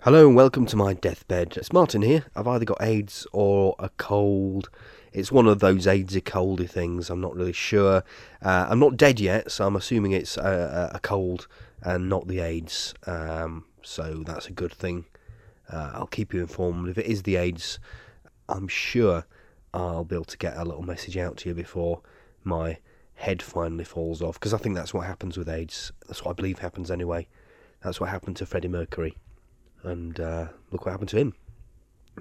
Hello and welcome to my deathbed. It's Martin here. I've either got AIDS or a cold. It's one of those AIDS or coldy things. I'm not really sure. Uh, I'm not dead yet, so I'm assuming it's a, a a cold and not the AIDS. Um, so that's a good thing. Uh, I'll keep you informed. If it is the AIDS, I'm sure I'll be able to get a little message out to you before my head finally falls off. Because I think that's what happens with AIDS. That's what I believe happens anyway. That's what happened to Freddie Mercury and uh, look what happened to him.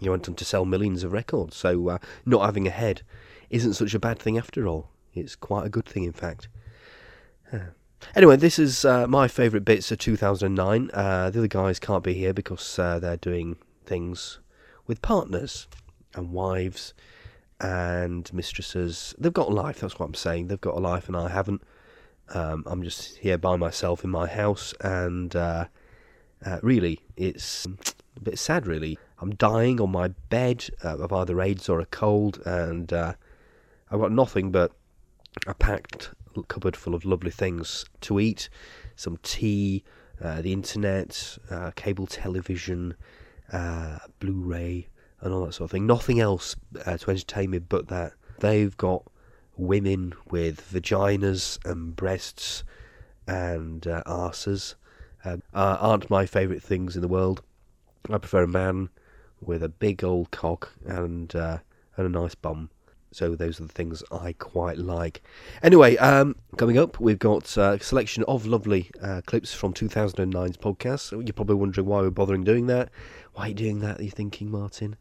He went on to sell millions of records, so uh, not having a head isn't such a bad thing after all. It's quite a good thing, in fact. Yeah. Anyway, this is uh, my favourite bits of 2009. Uh, the other guys can't be here because uh, they're doing things with partners and wives and mistresses. They've got a life, that's what I'm saying. They've got a life, and I haven't. Um, I'm just here by myself in my house, and uh, uh, really, it's a bit sad, really. I'm dying on my bed uh, of either AIDS or a cold, and uh, I've got nothing but a packed l- cupboard full of lovely things to eat some tea, uh, the internet, uh, cable television, uh, Blu ray, and all that sort of thing. Nothing else uh, to entertain me but that. They've got women with vaginas and breasts and uh, arses uh, uh, aren't my favourite things in the world. I prefer a man with a big old cock and uh, and a nice bum. So those are the things I quite like. Anyway, um, coming up, we've got uh, a selection of lovely uh, clips from 2009's podcast. So You're probably wondering why we're bothering doing that. Why are you doing that? Are you thinking, Martin?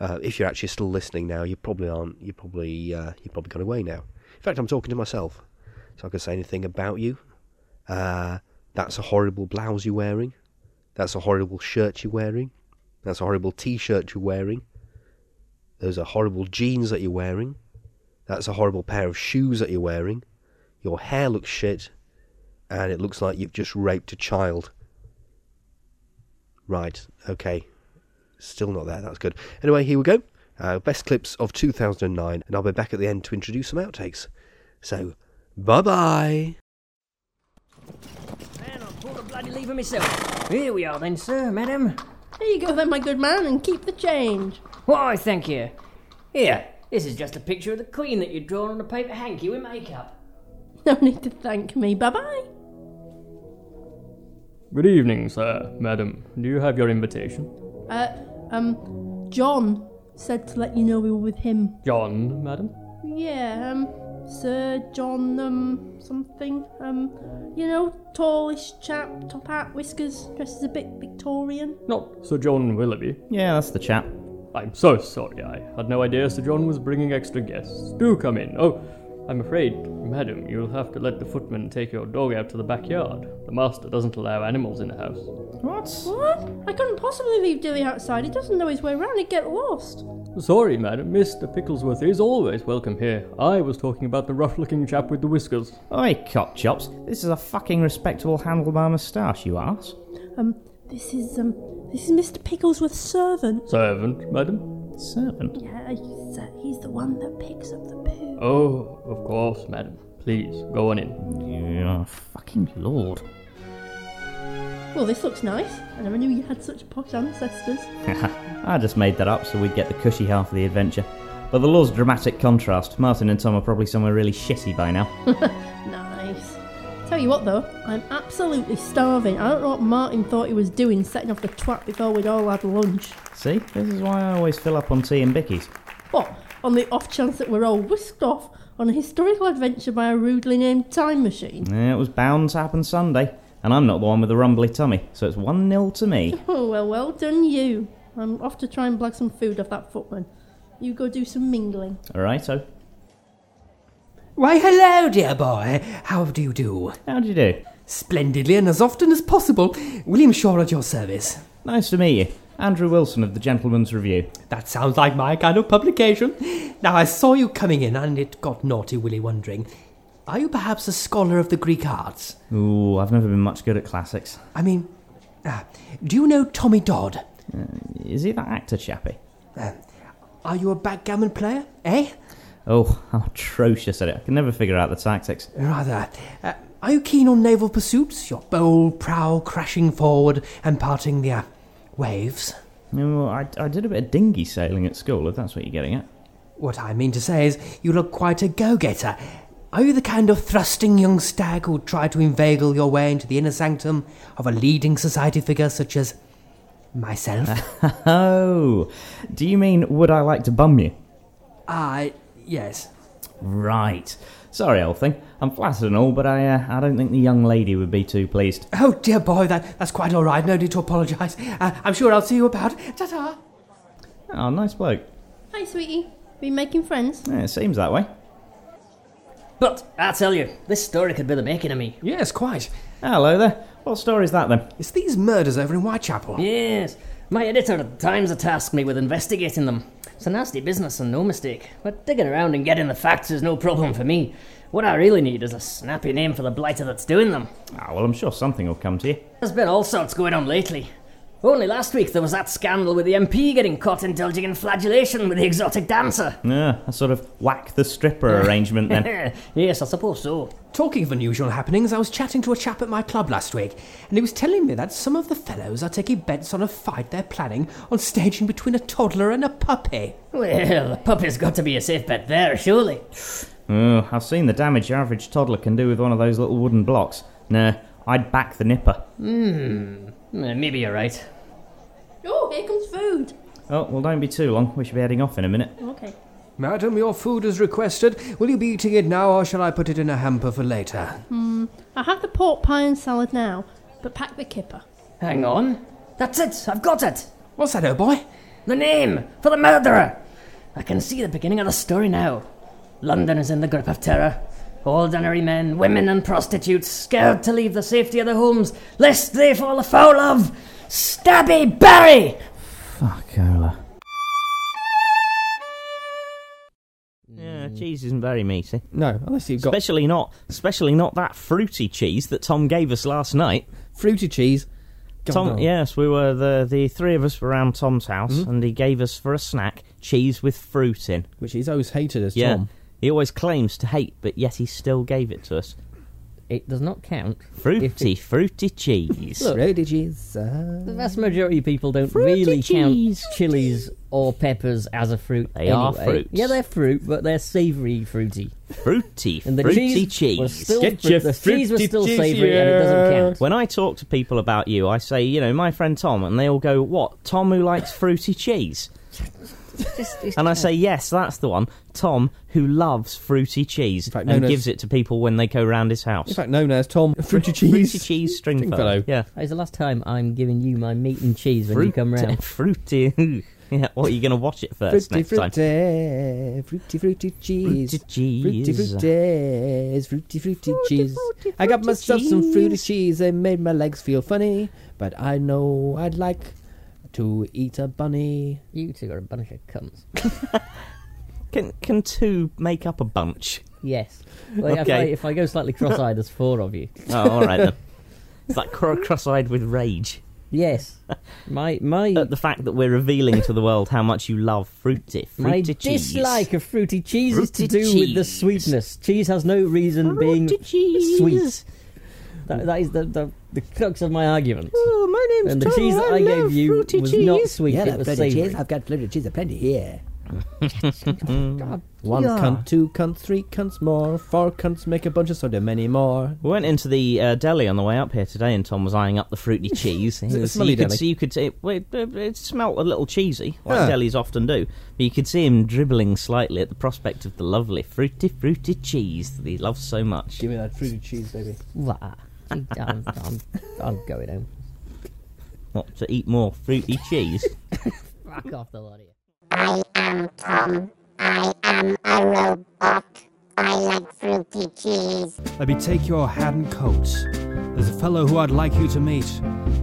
Uh, if you're actually still listening now, you probably aren't. You probably uh, you probably gone away now. In fact, I'm talking to myself, so I can say anything about you. Uh, that's a horrible blouse you're wearing. That's a horrible shirt you're wearing. That's a horrible t shirt you're wearing. Those are horrible jeans that you're wearing. That's a horrible pair of shoes that you're wearing. Your hair looks shit. And it looks like you've just raped a child. Right, okay. Still not there, that's good. Anyway, here we go. Uh, best clips of 2009, and I'll be back at the end to introduce some outtakes. So, bye bye! Man, I'll pull the bloody lever myself. Here we are then, sir, madam. There you go then, my good man, and keep the change. Why, thank you. Here, this is just a picture of the Queen that you'd drawn on a paper hanky with makeup. No need to thank me. Bye bye. Good evening, sir, madam. Do you have your invitation? Uh, um, John said to let you know we were with him. John, madam? Yeah, um, Sir John, um, something. Um, you know, tallish chap, top hat, whiskers, dresses a bit Victorian. Not Sir John Willoughby. Yeah, that's the chap. I'm so sorry, I had no idea Sir John was bringing extra guests. Do come in. Oh, I'm afraid, madam, you'll have to let the footman take your dog out to the backyard. The master doesn't allow animals in the house. What? What? I couldn't possibly leave Dilly outside. He doesn't know his way around. He'd get lost. Sorry, madam, Mr. Picklesworth is always welcome here. I was talking about the rough looking chap with the whiskers. Oi, cop chops. This is a fucking respectable handlebar moustache, you arse. Um, this is, um, this is Mr. Picklesworth's servant. Servant, madam? Servant. Yeah, he's, uh, he's the one that picks up the poo. Oh, of course, madam. Please, go on in. Yeah, fucking lord. Well, this looks nice. I never knew you had such posh ancestors. I just made that up so we'd get the cushy half of the adventure. But the law's dramatic contrast. Martin and Tom are probably somewhere really shitty by now. Nice. Tell you what though, I'm absolutely starving. I don't know what Martin thought he was doing setting off the twat before we'd all had lunch. See, this is why I always fill up on tea and bickies. What? On the off chance that we're all whisked off on a historical adventure by a rudely named time machine. Yeah, It was bound to happen Sunday, and I'm not the one with the rumbly tummy, so it's 1 0 to me. Oh well, well done you. I'm off to try and blag some food off that footman. You go do some mingling. Alrighto. Why, hello, dear boy. How do you do? How do you do? Splendidly and as often as possible. William Shaw at your service. Nice to meet you. Andrew Wilson of the Gentleman's Review. That sounds like my kind of publication. Now, I saw you coming in and it got naughty Willie wondering. Are you perhaps a scholar of the Greek arts? Ooh, I've never been much good at classics. I mean, ah, do you know Tommy Dodd? Uh, Uh, Is he that actor chappy? Are you a backgammon player, eh? Oh, I'm atrocious at it. I can never figure out the tactics. Rather. Uh, are you keen on naval pursuits? Your bold prow crashing forward and parting the, uh, Waves? No, I, I did a bit of dinghy sailing at school, if that's what you're getting at. What I mean to say is, you look quite a go getter. Are you the kind of thrusting young stag who'd try to inveigle your way into the inner sanctum of a leading society figure such as myself? Oh, do you mean would I like to bum you? Ah, yes. Right. Sorry, old thing. I'm flattered and all, but I, uh, I don't think the young lady would be too pleased. Oh dear boy, that, that's quite all right. No need to apologise. Uh, I'm sure I'll see you about. Ta ta! Oh, nice bloke. Hi, sweetie. Been making friends? Yeah, it seems that way. But I tell you, this story could be the making of me. Yes, quite. Hello there. What story's that then? It's these murders over in Whitechapel. Yes, my editor at the Times had tasked me with investigating them. It's a nasty business and no mistake, but digging around and getting the facts is no problem for me. What I really need is a snappy name for the blighter that's doing them. Ah, well, I'm sure something will come to you. There's been all sorts going on lately. Only last week there was that scandal with the MP getting caught indulging in flagellation with the exotic dancer. Ah, a sort of whack the stripper arrangement then. yes, I suppose so. Talking of unusual happenings, I was chatting to a chap at my club last week, and he was telling me that some of the fellows are taking bets on a fight they're planning on staging between a toddler and a puppy. Well, a puppy's got to be a safe bet there, surely. Oh, I've seen the damage your average toddler can do with one of those little wooden blocks. Nah, I'd back the nipper. Eh, Maybe you're right. Oh, here comes food. Oh, well, don't be too long. We should be heading off in a minute. Okay. Madam, your food is requested. Will you be eating it now, or shall I put it in a hamper for later? Hmm, I have the pork pie and salad now, but pack the kipper. Hang on. That's it, I've got it. What's that, old boy? The name for the murderer! I can see the beginning of the story now. London is in the grip of terror. Ordinary men, women, and prostitutes, scared to leave the safety of their homes, lest they fall afoul of Stabby Barry! Fuck, Ola. Yeah, cheese isn't very meaty. No, unless you've Especially not, especially not that fruity cheese that Tom gave us last night. fruity cheese. Tom, yes, we were the the three of us were around Tom's house, and he gave us for a snack cheese with fruit in. which he's always hated as Yeah, Tom. he always claims to hate, but yet he still gave it to us. It does not count. Fruity, fruity cheese. Roadie cheese. uh, The vast majority of people don't Fruity really cheese. count chilies or peppers as a fruit. They are anyway. fruits. Yeah, they're fruit, but they're savoury fruity. fruity, And the fruity cheese, was cheese. still Get fruit- your the cheese was fruity still cheese savoury, and it doesn't count. When I talk to people about you, I say, you know, my friend Tom, and they all go, "What? Tom who likes fruity cheese?" And I say, "Yes, that's the one, Tom who loves fruity cheese fact, known and as- gives it to people when they go round his house." in fact, known as Tom Fruity cheese. Fruity cheese stringfellow. Stringfellow. Yeah. It's the last time I'm giving you my meat and cheese when you come round. Fruity. yeah, what are you going to watch it first Fruity, next fruity, time? fruity, fruity cheese. Fruity cheese. Fruity, fruity, fruity, fruity cheese. I got myself some fruity cheese. It made my legs feel funny, but I know I'd like to eat a bunny. You two are a bunch of cunts. Can can two make up a bunch? Yes. Well, if, I, Okay. if I go slightly cross-eyed, there's four of you. Oh, all right then. It's like cro- cross-eyed with rage Yes. My my at the fact that we're revealing to the world how much you love fruity, fruity My cheese. dislike of fruity cheese is to Fruity do with the cheese. sweetness. Cheese has no reason being Fruity cheese. sweet. That, that is the, the, the crux of my argument. Oh, my name's And the Tom. cheese that I, gave love you fruity was cheese. not sweet, it I've was plenty of savoury. cheese. I've got plenty of cheese. I've plenty here. Mm. One Yeah. cunt, two cunts, three cunts more. Four cunts make a bunch of so there are many more. We went into the uh, deli on the way up here today, and Tom was eyeing up the fruity cheese. He it a was- smelly you could deli? see, you could see, well, it, it, it smelt a little cheesy, like Ah. delis often do. But you could see him dribbling slightly at the prospect of the lovely fruity, fruity cheese that he loves so much. Give me that fruity cheese, baby. Wah. I'm, I'm, I'm going home. What to eat more fruity cheese? Fuck off the lot of you. Let me take your hat and coat. There's a fellow who I'd like you to meet.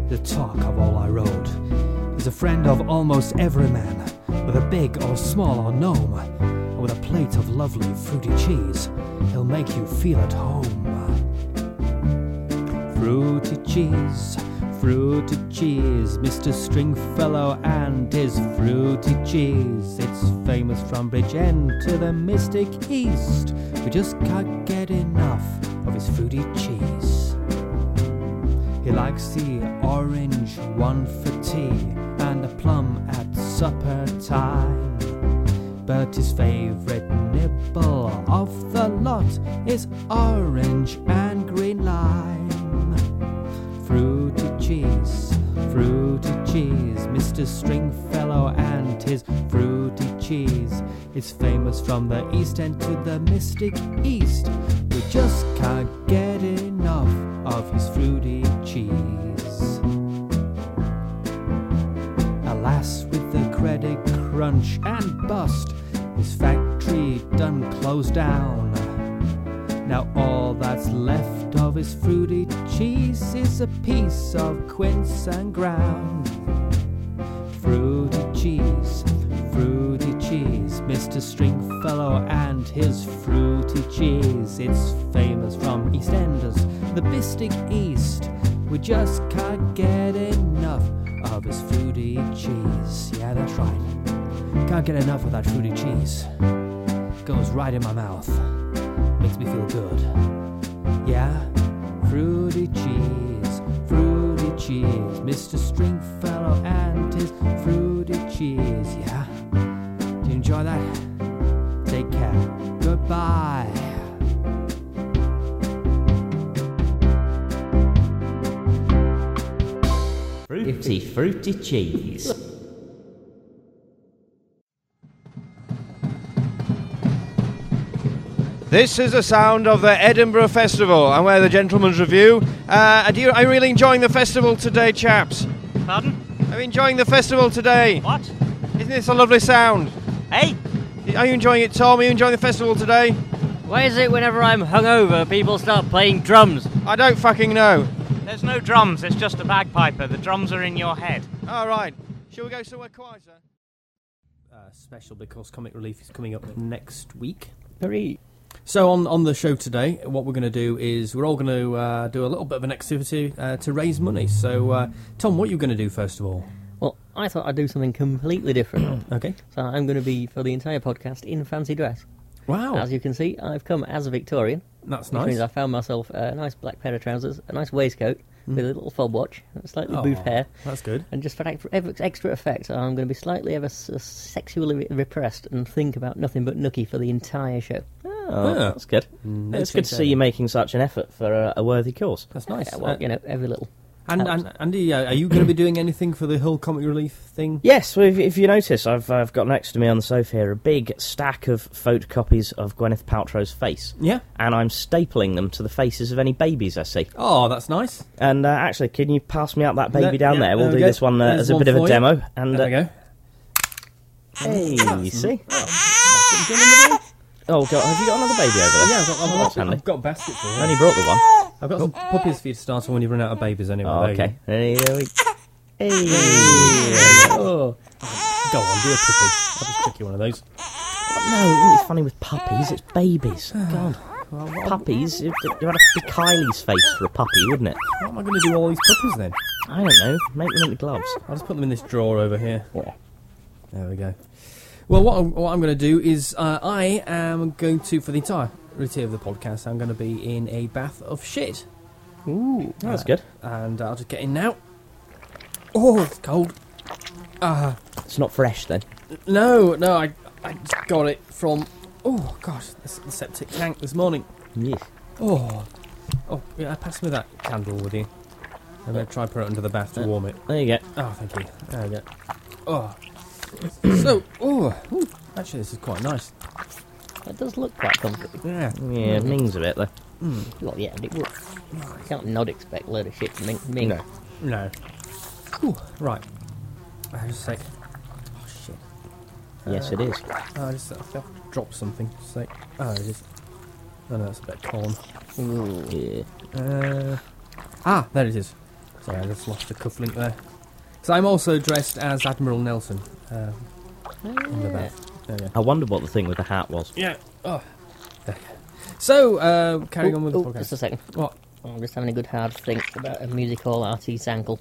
The talk of all I rode. He's a friend of almost every man, whether big or small or gnome. And with a plate of lovely fruity cheese, he'll make you feel at home. Fruity cheese, fruity cheese, Mr. Stringfellow and his fruity cheese. It's famous from Bridge End to the Mystic East. We just can't get enough of his fruity cheese. He likes the orange one for tea and a plum at supper time. But his favorite nibble of the lot is orange and green lime. Fruity cheese, fruity cheese, Mr. Stringfellow and his fruity cheese is famous from the east end to the mystic east. We just can't get enough of his fruity cheese. Alas, with the credit crunch and bust, his factory done closed down. Now all that's left of his fruity cheese is a piece of quince and ground. Fruity cheese, fruity cheese, Mr. Stringfellow and his fruity cheese. It's famous from EastEnders, the Mystic East. We just can't get enough of his fruity cheese. Yeah, that's right. Can't get enough of that fruity cheese. Goes right in my mouth. Makes me feel good. Yeah, fruity cheese, fruity cheese, Mr. Stringfellow and his fruity cheese. Yeah, do you enjoy that? Take care. Goodbye. Fruity, fruity cheese. This is the sound of the Edinburgh Festival, and we're the Gentleman's Review. Uh, are you, are you really enjoying the festival today, chaps? Pardon? Are you enjoying the festival today? What? Isn't this a lovely sound? Hey? Are you enjoying it, Tom? Are you enjoying the festival today? Why is it whenever I'm hungover, people start playing drums? I don't fucking know. There's no drums, it's just a bagpiper. The drums are in your head. All right, shall we go somewhere quieter? uh, special because Comic Relief is coming up next week. Hooray. So on, on the show today, what we're going to do is we're all going to uh, do a little bit of an activity uh, to raise money. So uh, Tom, what are you going to do first of all? Well, I thought I'd do something completely different. Okay. so I'm going to be, for the entire podcast, in fancy dress. Wow, As you can see, I've come as a Victorian, that's which nice. means I found myself a nice black pair of trousers, a nice waistcoat, with a little fob watch, a slightly boof Mm. Aw, hair, That's good. and just for ex- ev- extra effect, I'm going to be slightly ever s- uh, sexually re- repressed and think about nothing but Nookie for the entire show. Ah, Oh, Yeah. that's good. Mm. Mm, it's good to see you making such an effort for a, a worthy cause. That's nice. Uh, Yeah, well, you know, every little. and, and Andy, uh, are you going to be doing anything for the whole Comic Relief thing? Yes, well, if, if you notice, I've, I've got next to me on the sofa here a big stack of photocopies of Gwyneth Paltrow's face. Yeah. And I'm stapling them to the faces of any babies I see. Oh, that's nice. And uh, actually, can you pass me out that baby No, down yeah, there? We'll there we do go. this one uh, There's as a one bit of for a you. demo. And There we uh, go. hey, you see? Mm. Oh god, have you got another baby over there? Yeah, I've got, I've, That's got, handy. I've got a basket for I you. only brought the one. I've got some puppies for you to start on when you run out of babies anyway. Oh, There you okay. Hey, there we- Oh. Go on, do a puppy. I'll just pick you one of those. No, it wouldn't be funny with puppies. It's babies. God. Puppies, you would have to be Kylie's face for a puppy, wouldn't it? What am I going to do with all these puppies then? I don't know. Make them into gloves. I'll just put them in this drawer over here. There we go. Well, what I'm, what I'm going to do is uh, I am going to, for the entirety of the podcast, I'm going to be in a bath of shit. Uh, Ooh. That's good. And I'll just get in now. Oh, it's cold. It's not fresh then. No, no, I, I just got it from, oh gosh, the, the septic tank this morning. Yes. Oh, oh, yeah, pass me that candle, would you? I'm going to try put it under the bath to warm it. Uh, There you go. Oh, thank you. There we go. Oh. so, oh, ooh, actually, this is quite nice. That does look quite comfy. Yeah. Yeah, it mings a bit though. Well, yeah, it would. Can't not expect a load of shit from me. me. No. No. Ooh, right. Uh, just a sec. Oh, shit. Yes, it is. Oh, I just I think I've dropped something. Just a sec. Oh, it is. Oh, no, that's a bit of corn. Yeah. Uh, ah, there it is. Sorry, I just lost the cufflink there. So I'm also dressed as Admiral Nelson. Uh, in the bath. There we go. I wondered what the thing with the hat was. Yeah. Oh. There we go. So, uh, carrying Ooh, on with ooh, the podcast. just a second. Oh, What? I'm just having a good hard think about a music hall artist's ankle.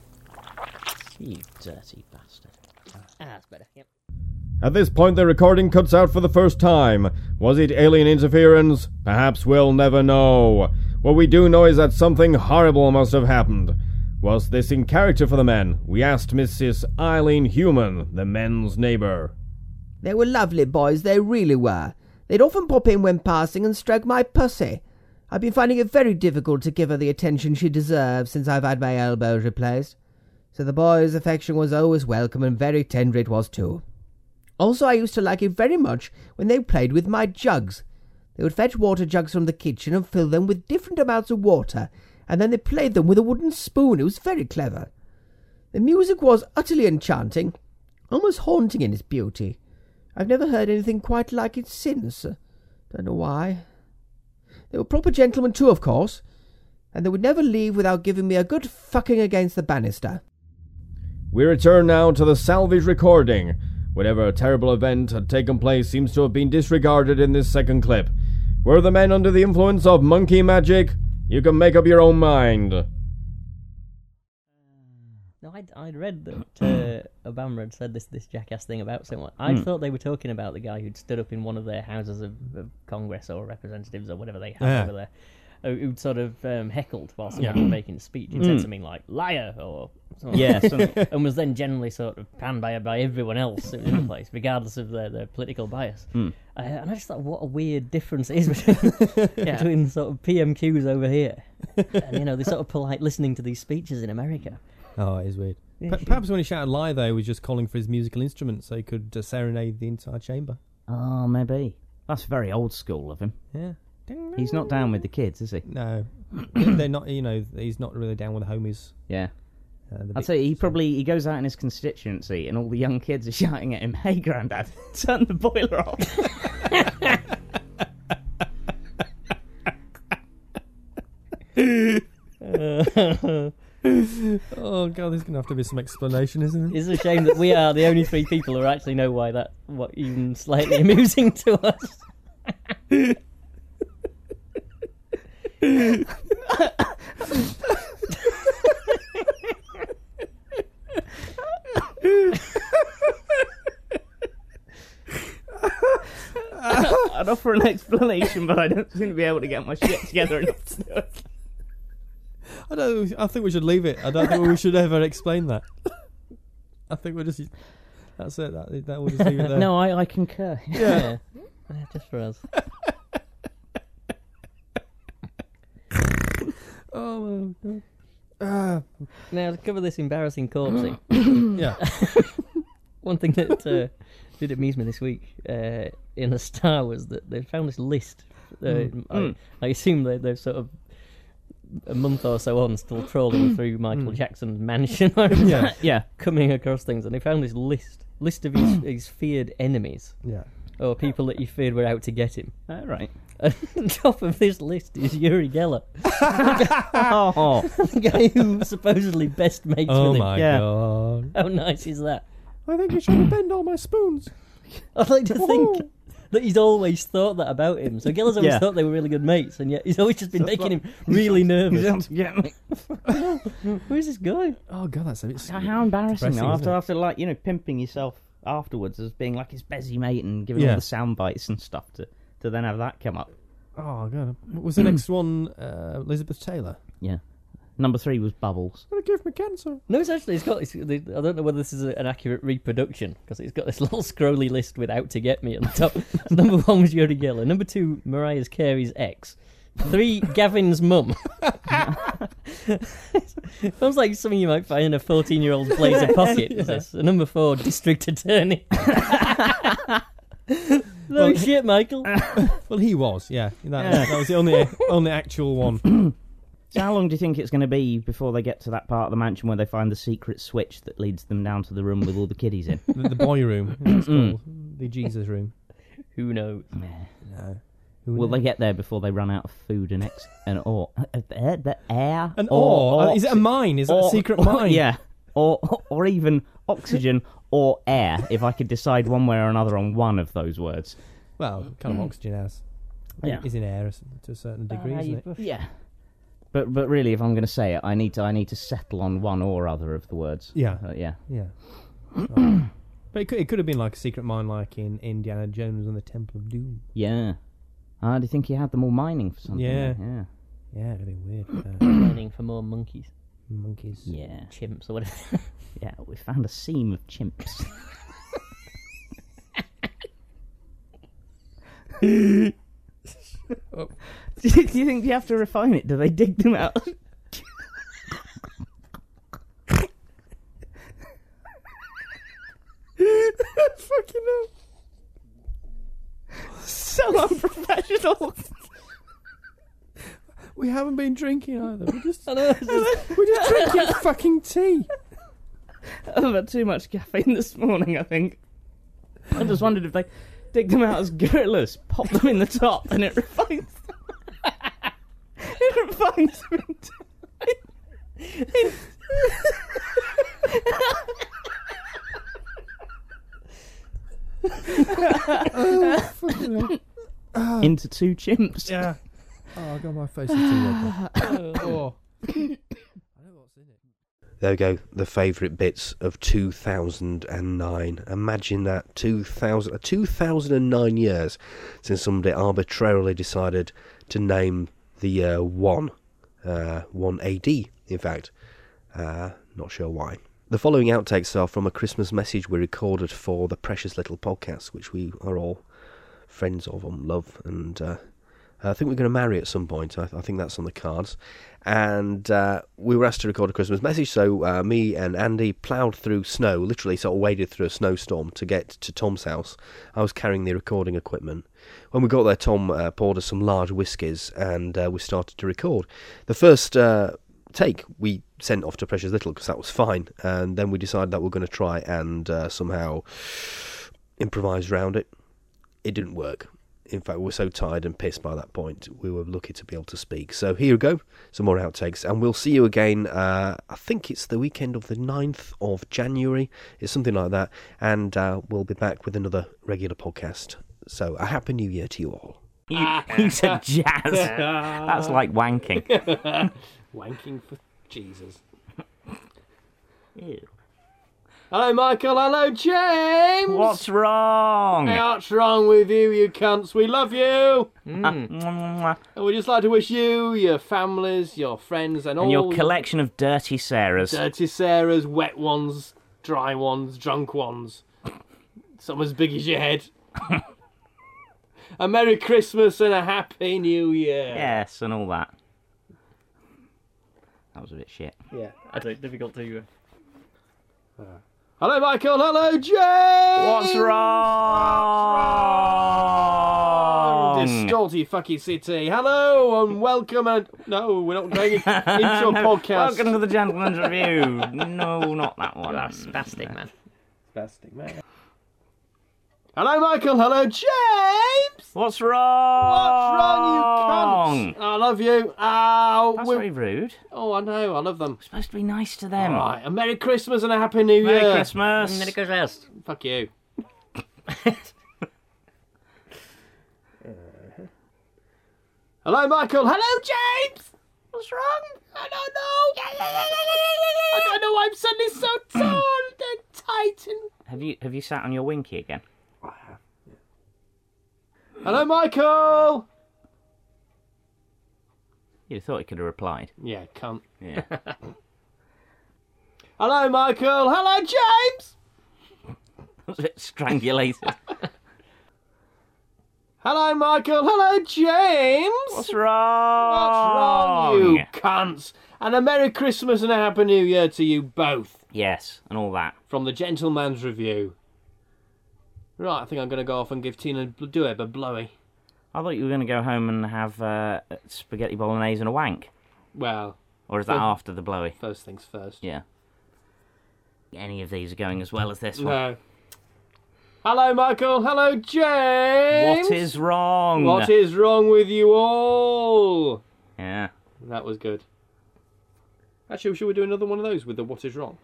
You dirty bastard. Ah, that's better. Yep. At this point, the recording cuts out for the first time. Was it alien interference? Perhaps we'll never know. What we do know is that something horrible must have happened. Was this in character for the men? We asked Mrs. Eileen Human, the men's neighbour. They were lovely boys, they really were. They'd often pop in when passing and stroke my pussy. I've been finding it very difficult to give her the attention she deserves since I've had my elbow replaced. So the boys' affection was always welcome and very tender it was too. Also, I used to like it very much when they played with my jugs. They would fetch water jugs from the kitchen and fill them with different amounts of water, and then they played them with a wooden spoon. It was very clever. The music was utterly enchanting, almost haunting in its beauty. I've never heard anything quite like it since. Don't know why. They were proper gentlemen too, of course, and they would never leave without giving me a good fucking against the banister. We return now to the salvage recording. Whatever terrible event had taken place seems to have been disregarded in this second clip. Were the men under the influence of monkey magic? You can make up your own mind. No, I'd, I'd read that uh, Obama had said this this jackass thing about someone. I Hmm. thought they were talking about the guy who'd stood up in one of their houses of, of Congress or representatives or whatever they have Yeah. over there, who- who'd sort of um, heckled while someone Yeah. was making a speech. He'd said Mm. something like "liar" or something, Yeah. something, and was then generally sort of panned by by everyone else in the place, regardless of their, their political bias. Mm. Uh, and I just thought, what a weird difference it is between, Yeah. between sort of PMQs over here, and you know, the sort of polite listening to these speeches in America. Oh, it is weird. Yeah, Pe- sure. perhaps when he shouted lie, though, he was just calling for his musical instrument so he could uh, serenade the entire chamber. Oh, maybe. That's very old school of him. Yeah. He's not down with the kids, is he? No. They're not, you know, he's not really down with the homies. Yeah. Uh, the I'd big- say he probably he goes out in his constituency and all the young kids are shouting at him, "Hey, granddad, turn the boiler Uh, oh god, there's gonna have to be some explanation, isn't It's a shame that we are the only three people who actually know why that what even slightly amusing to us. I'd offer an explanation, but I don't seem to be able to get my shit together enough to do it. I don't. I think we should leave it. I don't think we should ever explain that. I think we'll just. That's it. That, that we'll just leave it there. No, I, I concur. Yeah. Yeah, just for us. oh my god. Ah. Now to cover this embarrassing corpsing. Yeah. One thing that uh, did amuse me this week uh, in the Star was that they found this list. Uh, Mm. I, Mm. I assume they, they've sort of a month or so on still trawling through Michael Jackson's mansion. Yeah. Yeah. Coming across things, and they found this list list of his, his feared enemies. Yeah. Or people that he feared were out to get him. All right. And on top of this list is Yuri Geller. Oh. the guy who was supposedly best mates Oh with him. my god. How nice is that? I think you should bend all my spoons. I'd like to think that he's always thought that about him. So Geller's always Yeah. thought they were really good mates, and yet he's always just been That's making what- him really nervous. Yeah. Where's this guy? Oh god, that's a bit. How- How embarrassing Depressing, though, isn't after it? after like you know pimping yourself afterwards as being like his bezzy mate and giving Yeah. all the sound bites and stuff to to then have that come up. Oh god. Was the next one uh, Elizabeth Taylor? Yeah. Number three was Bubbles. Gonna give me cancer. No, it's actually it's got. It's, the- I don't know whether this is a, an accurate reproduction because it's got this little scrolly list with "out to get me" at the top. so number one was Yuri Geller. Number two, Mariah Carey's ex. Three, Gavin's mum. Sounds like something you might find in a fourteen-year-old blazer pocket. is this? And Number four, district attorney. no Well, uh, shit, Michael. Well, he was. Yeah. That, Yeah. that was the only only actual one. So how long do you think it's going to be before they get to that part of the mansion where they find the secret switch that leads them down to the room with all the kiddies in? the, the boy room. It's called. The Jesus room. Who knows? No. Who Will knows? they get there before they run out of food and ex and or the air? An or- ore? Uh, Is it a mine? Is it a or- secret or- mine? Yeah, or or even oxygen or air. If I could decide one way or another on one of those words. Well, kind of oxygen has. Mm. Yeah. Is in air as- to a certain Ah, degree, isn't it? Yeah. But but really, if I'm going to say it, I need to I need to settle on one or other of the words. Yeah. Uh, yeah. Yeah. Right. but it could, it could have been like a secret mine, like in Indiana Jones and the Temple of Doom. Yeah. Ah, do you think he had them all mining for something? Yeah. Yeah. Yeah, it'd have been weird. Uh, Mining for more monkeys. monkeys. Yeah. Chimps or whatever. yeah, we found a seam of chimps. do, you, do you think you have to refine it? Do they dig them out? Fucking hell. So unprofessional. We haven't been drinking either. We're just, we're just drinking fucking tea. I've had too much caffeine this morning, I think. I just wondered if they dig them out as gorillas, pop them in the top, and it refines them. it refines them into... in- oh, fucking hell. into two chimps. Yeah. Oh, I got my face is too red. now. oh. There we go. The favourite bits of 2009. Imagine that uh, 2000, 2009 years since somebody arbitrarily decided to name the year one, uh, one AD. In fact, uh, not sure why. The following outtakes are from a Christmas message we recorded for the Precious Little podcast, which we are all friends of and love, and uh, I think we're going to marry at some point. I, I think that's on the cards. And uh, we were asked to record a Christmas message, so uh, me and Andy ploughed through snow, literally sort of waded through a snowstorm to get to Tom's house. I was carrying the recording equipment. When we got there, Tom uh, poured us some large whiskies, and uh, we started to record. The first uh, take we sent off to Precious Little because that was fine, and then we decided that we're going to try and uh, somehow improvise round it. It didn't work. In fact, we were so tired and pissed by that point, we were lucky to be able to speak. So here we go, some more outtakes, and we'll see you again. Uh, I think it's the weekend of the 9th of January, it's something like that, and uh, we'll be back with another regular podcast. So a happy new year to you all. You, Ah. you said jazz. That's like wanking. Wanking for Jesus. Ew. Hello, Michael. Hello, James. What's wrong? Hey, what's wrong with you, you cunts? We love you. Mm. And we'd just like to wish you, your families, your friends, and, all And Oh. your collection of dirty Sarahs. dirty Sarahs, wet ones, dry ones, drunk ones, some as big as your head. a Merry Christmas and a Happy New Year. Yes, and all that. That was a bit shit. Yeah. I don't difficult to. Uh, Uh, Hello, Michael. Hello, James. What's wrong? This stolty fucky city. Hello and welcome and no, we're not going in- into your No, podcast. Welcome to the Gentleman's Review. No, not that one. spastic man. Spastic man. Hello, Michael. Hello, James. What's wrong? What's wrong, you cunts? I love you. Ow. That's we're- very rude. Oh, I know. I love them. We're supposed to be nice to them. All right. A Merry Christmas and a Happy New Merry Year. Christmas. Merry Christmas. Fuck you. Hello, Michael. Hello, James. What's wrong? I don't know. I don't know why I'm suddenly so tall and tight and Have you have you sat on your winky again? Hello, Michael. You'd have thought he could have replied. Yeah, cunt. Yeah. Hello, Michael. Hello, James. was a bit strangulated. Hello, Michael. Hello, James. What's wrong? What's wrong, you cunts? And a Merry Christmas and a Happy New Year to you both yes, and all that. from the Gentleman's Review. Right, I think I'm going to go off and give Tina Bl- Dueb a blowy. I thought you were going to go home and have uh, spaghetti bolognese and a wank. Well, Or is that Well, after the blowy? First things first. Yeah. Any of these are going as well as this one. No. Hello, Michael. Hello, James. What is wrong? What is wrong with you all? Yeah. That was good. Actually, should we do another one of those with the what is wrong?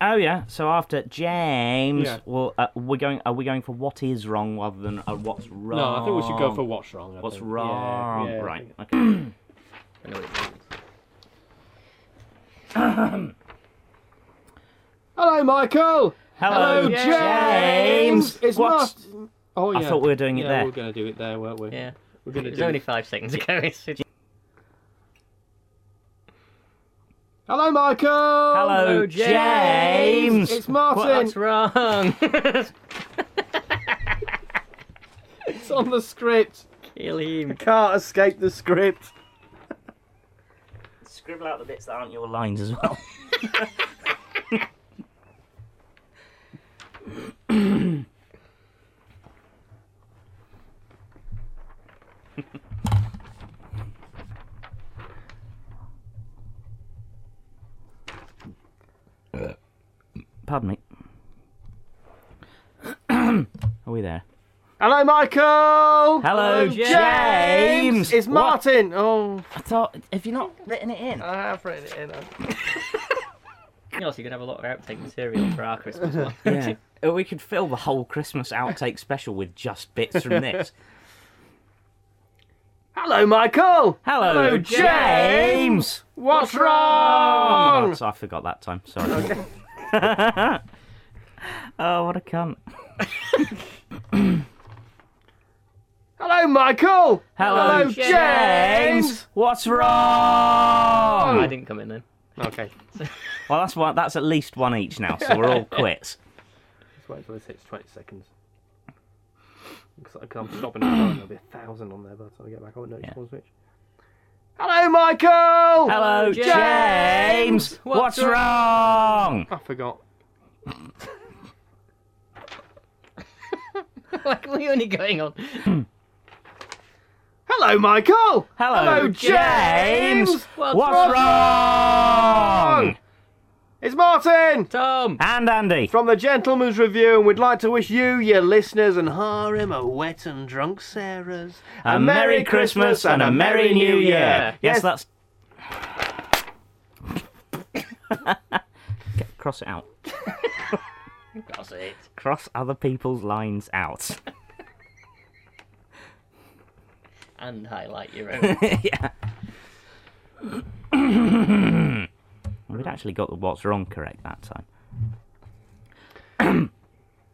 Oh yeah. So after James, Yeah. well, uh, we're going. Are we going for what is wrong rather than uh, what's wrong? No, I think we should go for what's wrong. I what's think. Yeah, wrong? yeah, I right. think- Okay. Hello, Michael. Hello, James. It's What's- Martin. Oh, yeah. I thought we were doing it yeah, there. We were going to do it there, weren't we? Yeah. We're going to It was do only it. five seconds ago. It's- Hello, Michael. Hello, Hello, James. James. It's Martin. What's wrong? it's on the script. Kill him. I can't escape the script. Scribble out the bits that aren't your lines as well. Uh, Pardon me. Are we there? Hello, Michael. Hello, James. It's What? Martin. Oh, I thought have you not written it in? I have written it in. I- You know, so you're going to have a lot of outtake material for our Christmas one. yeah. Uh, We could fill the whole Christmas outtake special with just bits from this. Hello, Michael. Hello, James. What's, Oh, wrong? that's- I forgot that time. Sorry. oh, what a cunt. Hello, Michael. Hello, James. Oh. What's wrong? I didn't come in then. Okay. Well, that's one. That's at least one each now, so we're all quits. Let's wait for this hits 20 seconds. Looks like I'm stopping it. There'll be a thousand on there by the time I get back. I won't know which one's which. Hello, Michael. Hello, Oh, James. What's, wrong? I forgot. like, what are you only going on? Hello, Michael. Hello, James. What's, wrong? It's Martin! Tom! And Andy! From the Gentleman's Review, and we'd like to wish you, your listeners, and harem a wet and drunk Sarah's. A Merry Christmas and a Merry New Year. Yes, that's. Get- Cross it out. Cross it. Cross other people's lines out. And highlight your own. yeah. We'd actually got the what's wrong correct that time.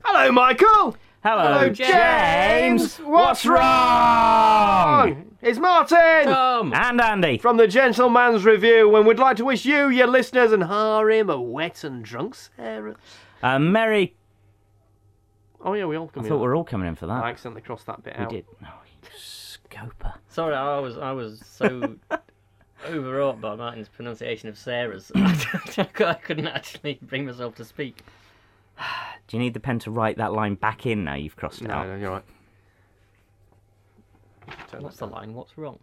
Hello, Michael! Hello, James. What's wrong? It's Martin! Tom! And Andy! From the Gentleman's Review, and we'd like to wish you, your listeners, and harem a wet and drunk Sarah's. A Merry. Oh, yeah, we all come I in. thought we were all coming in for that. I accidentally crossed that bit We out. did. No, you scoper. Sorry, I was I was so overwrought by Martin's pronunciation of Sarah's. I couldn't actually bring myself to speak. Do you need the pen to write that line back in now you've crossed it out? No, you're right. What's the line? What's wrong?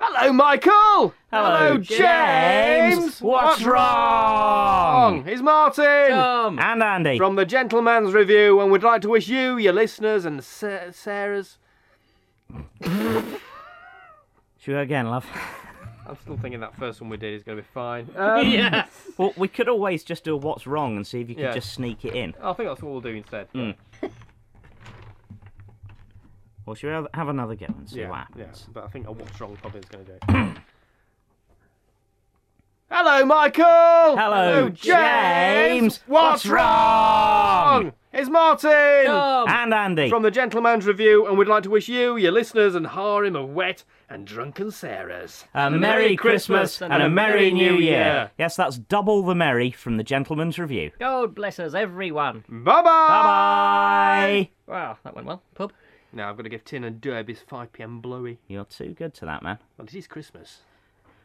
Hello, Michael! Hello, James. What's wrong? It's Martin! And Andy! From the Gentleman's Review, and we'd like to wish you, your listeners, and Sa- Sarah's. Should we go again, love? I'm still thinking that first one we did is going to be fine. Um, Well, we could always just do a what's wrong and see if you could Yeah. just sneak it in. I think that's what we'll do instead. Mm. Or should we have- have another go and see yeah, what happens? yeah, but I think a what's wrong probably is going to do. it. Hello, Michael. Hello, James. What's, What's wrong? wrong? It's Martin Tom. And Andy. from the Gentleman's Review, and we'd like to wish you, your listeners, and harem a wet and drunken Sarah's. A Merry Christmas and a Merry New Year. Yes, that's double the merry from the Gentleman's Review. God bless us, everyone. Bye bye. Bye bye. Wow, that went well. Pub. Now I've got to give Tin and Derb his 5 p.m. blowy. You're too good to that, man. Well, it is Christmas.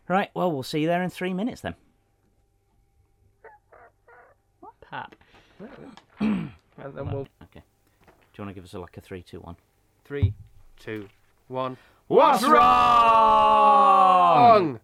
Right, well, we'll see you there in three minutes then. Pap. and then we'll Okay. Do you want to give us a, like a three, two, one? Three, two, one. What's wrong? wrong?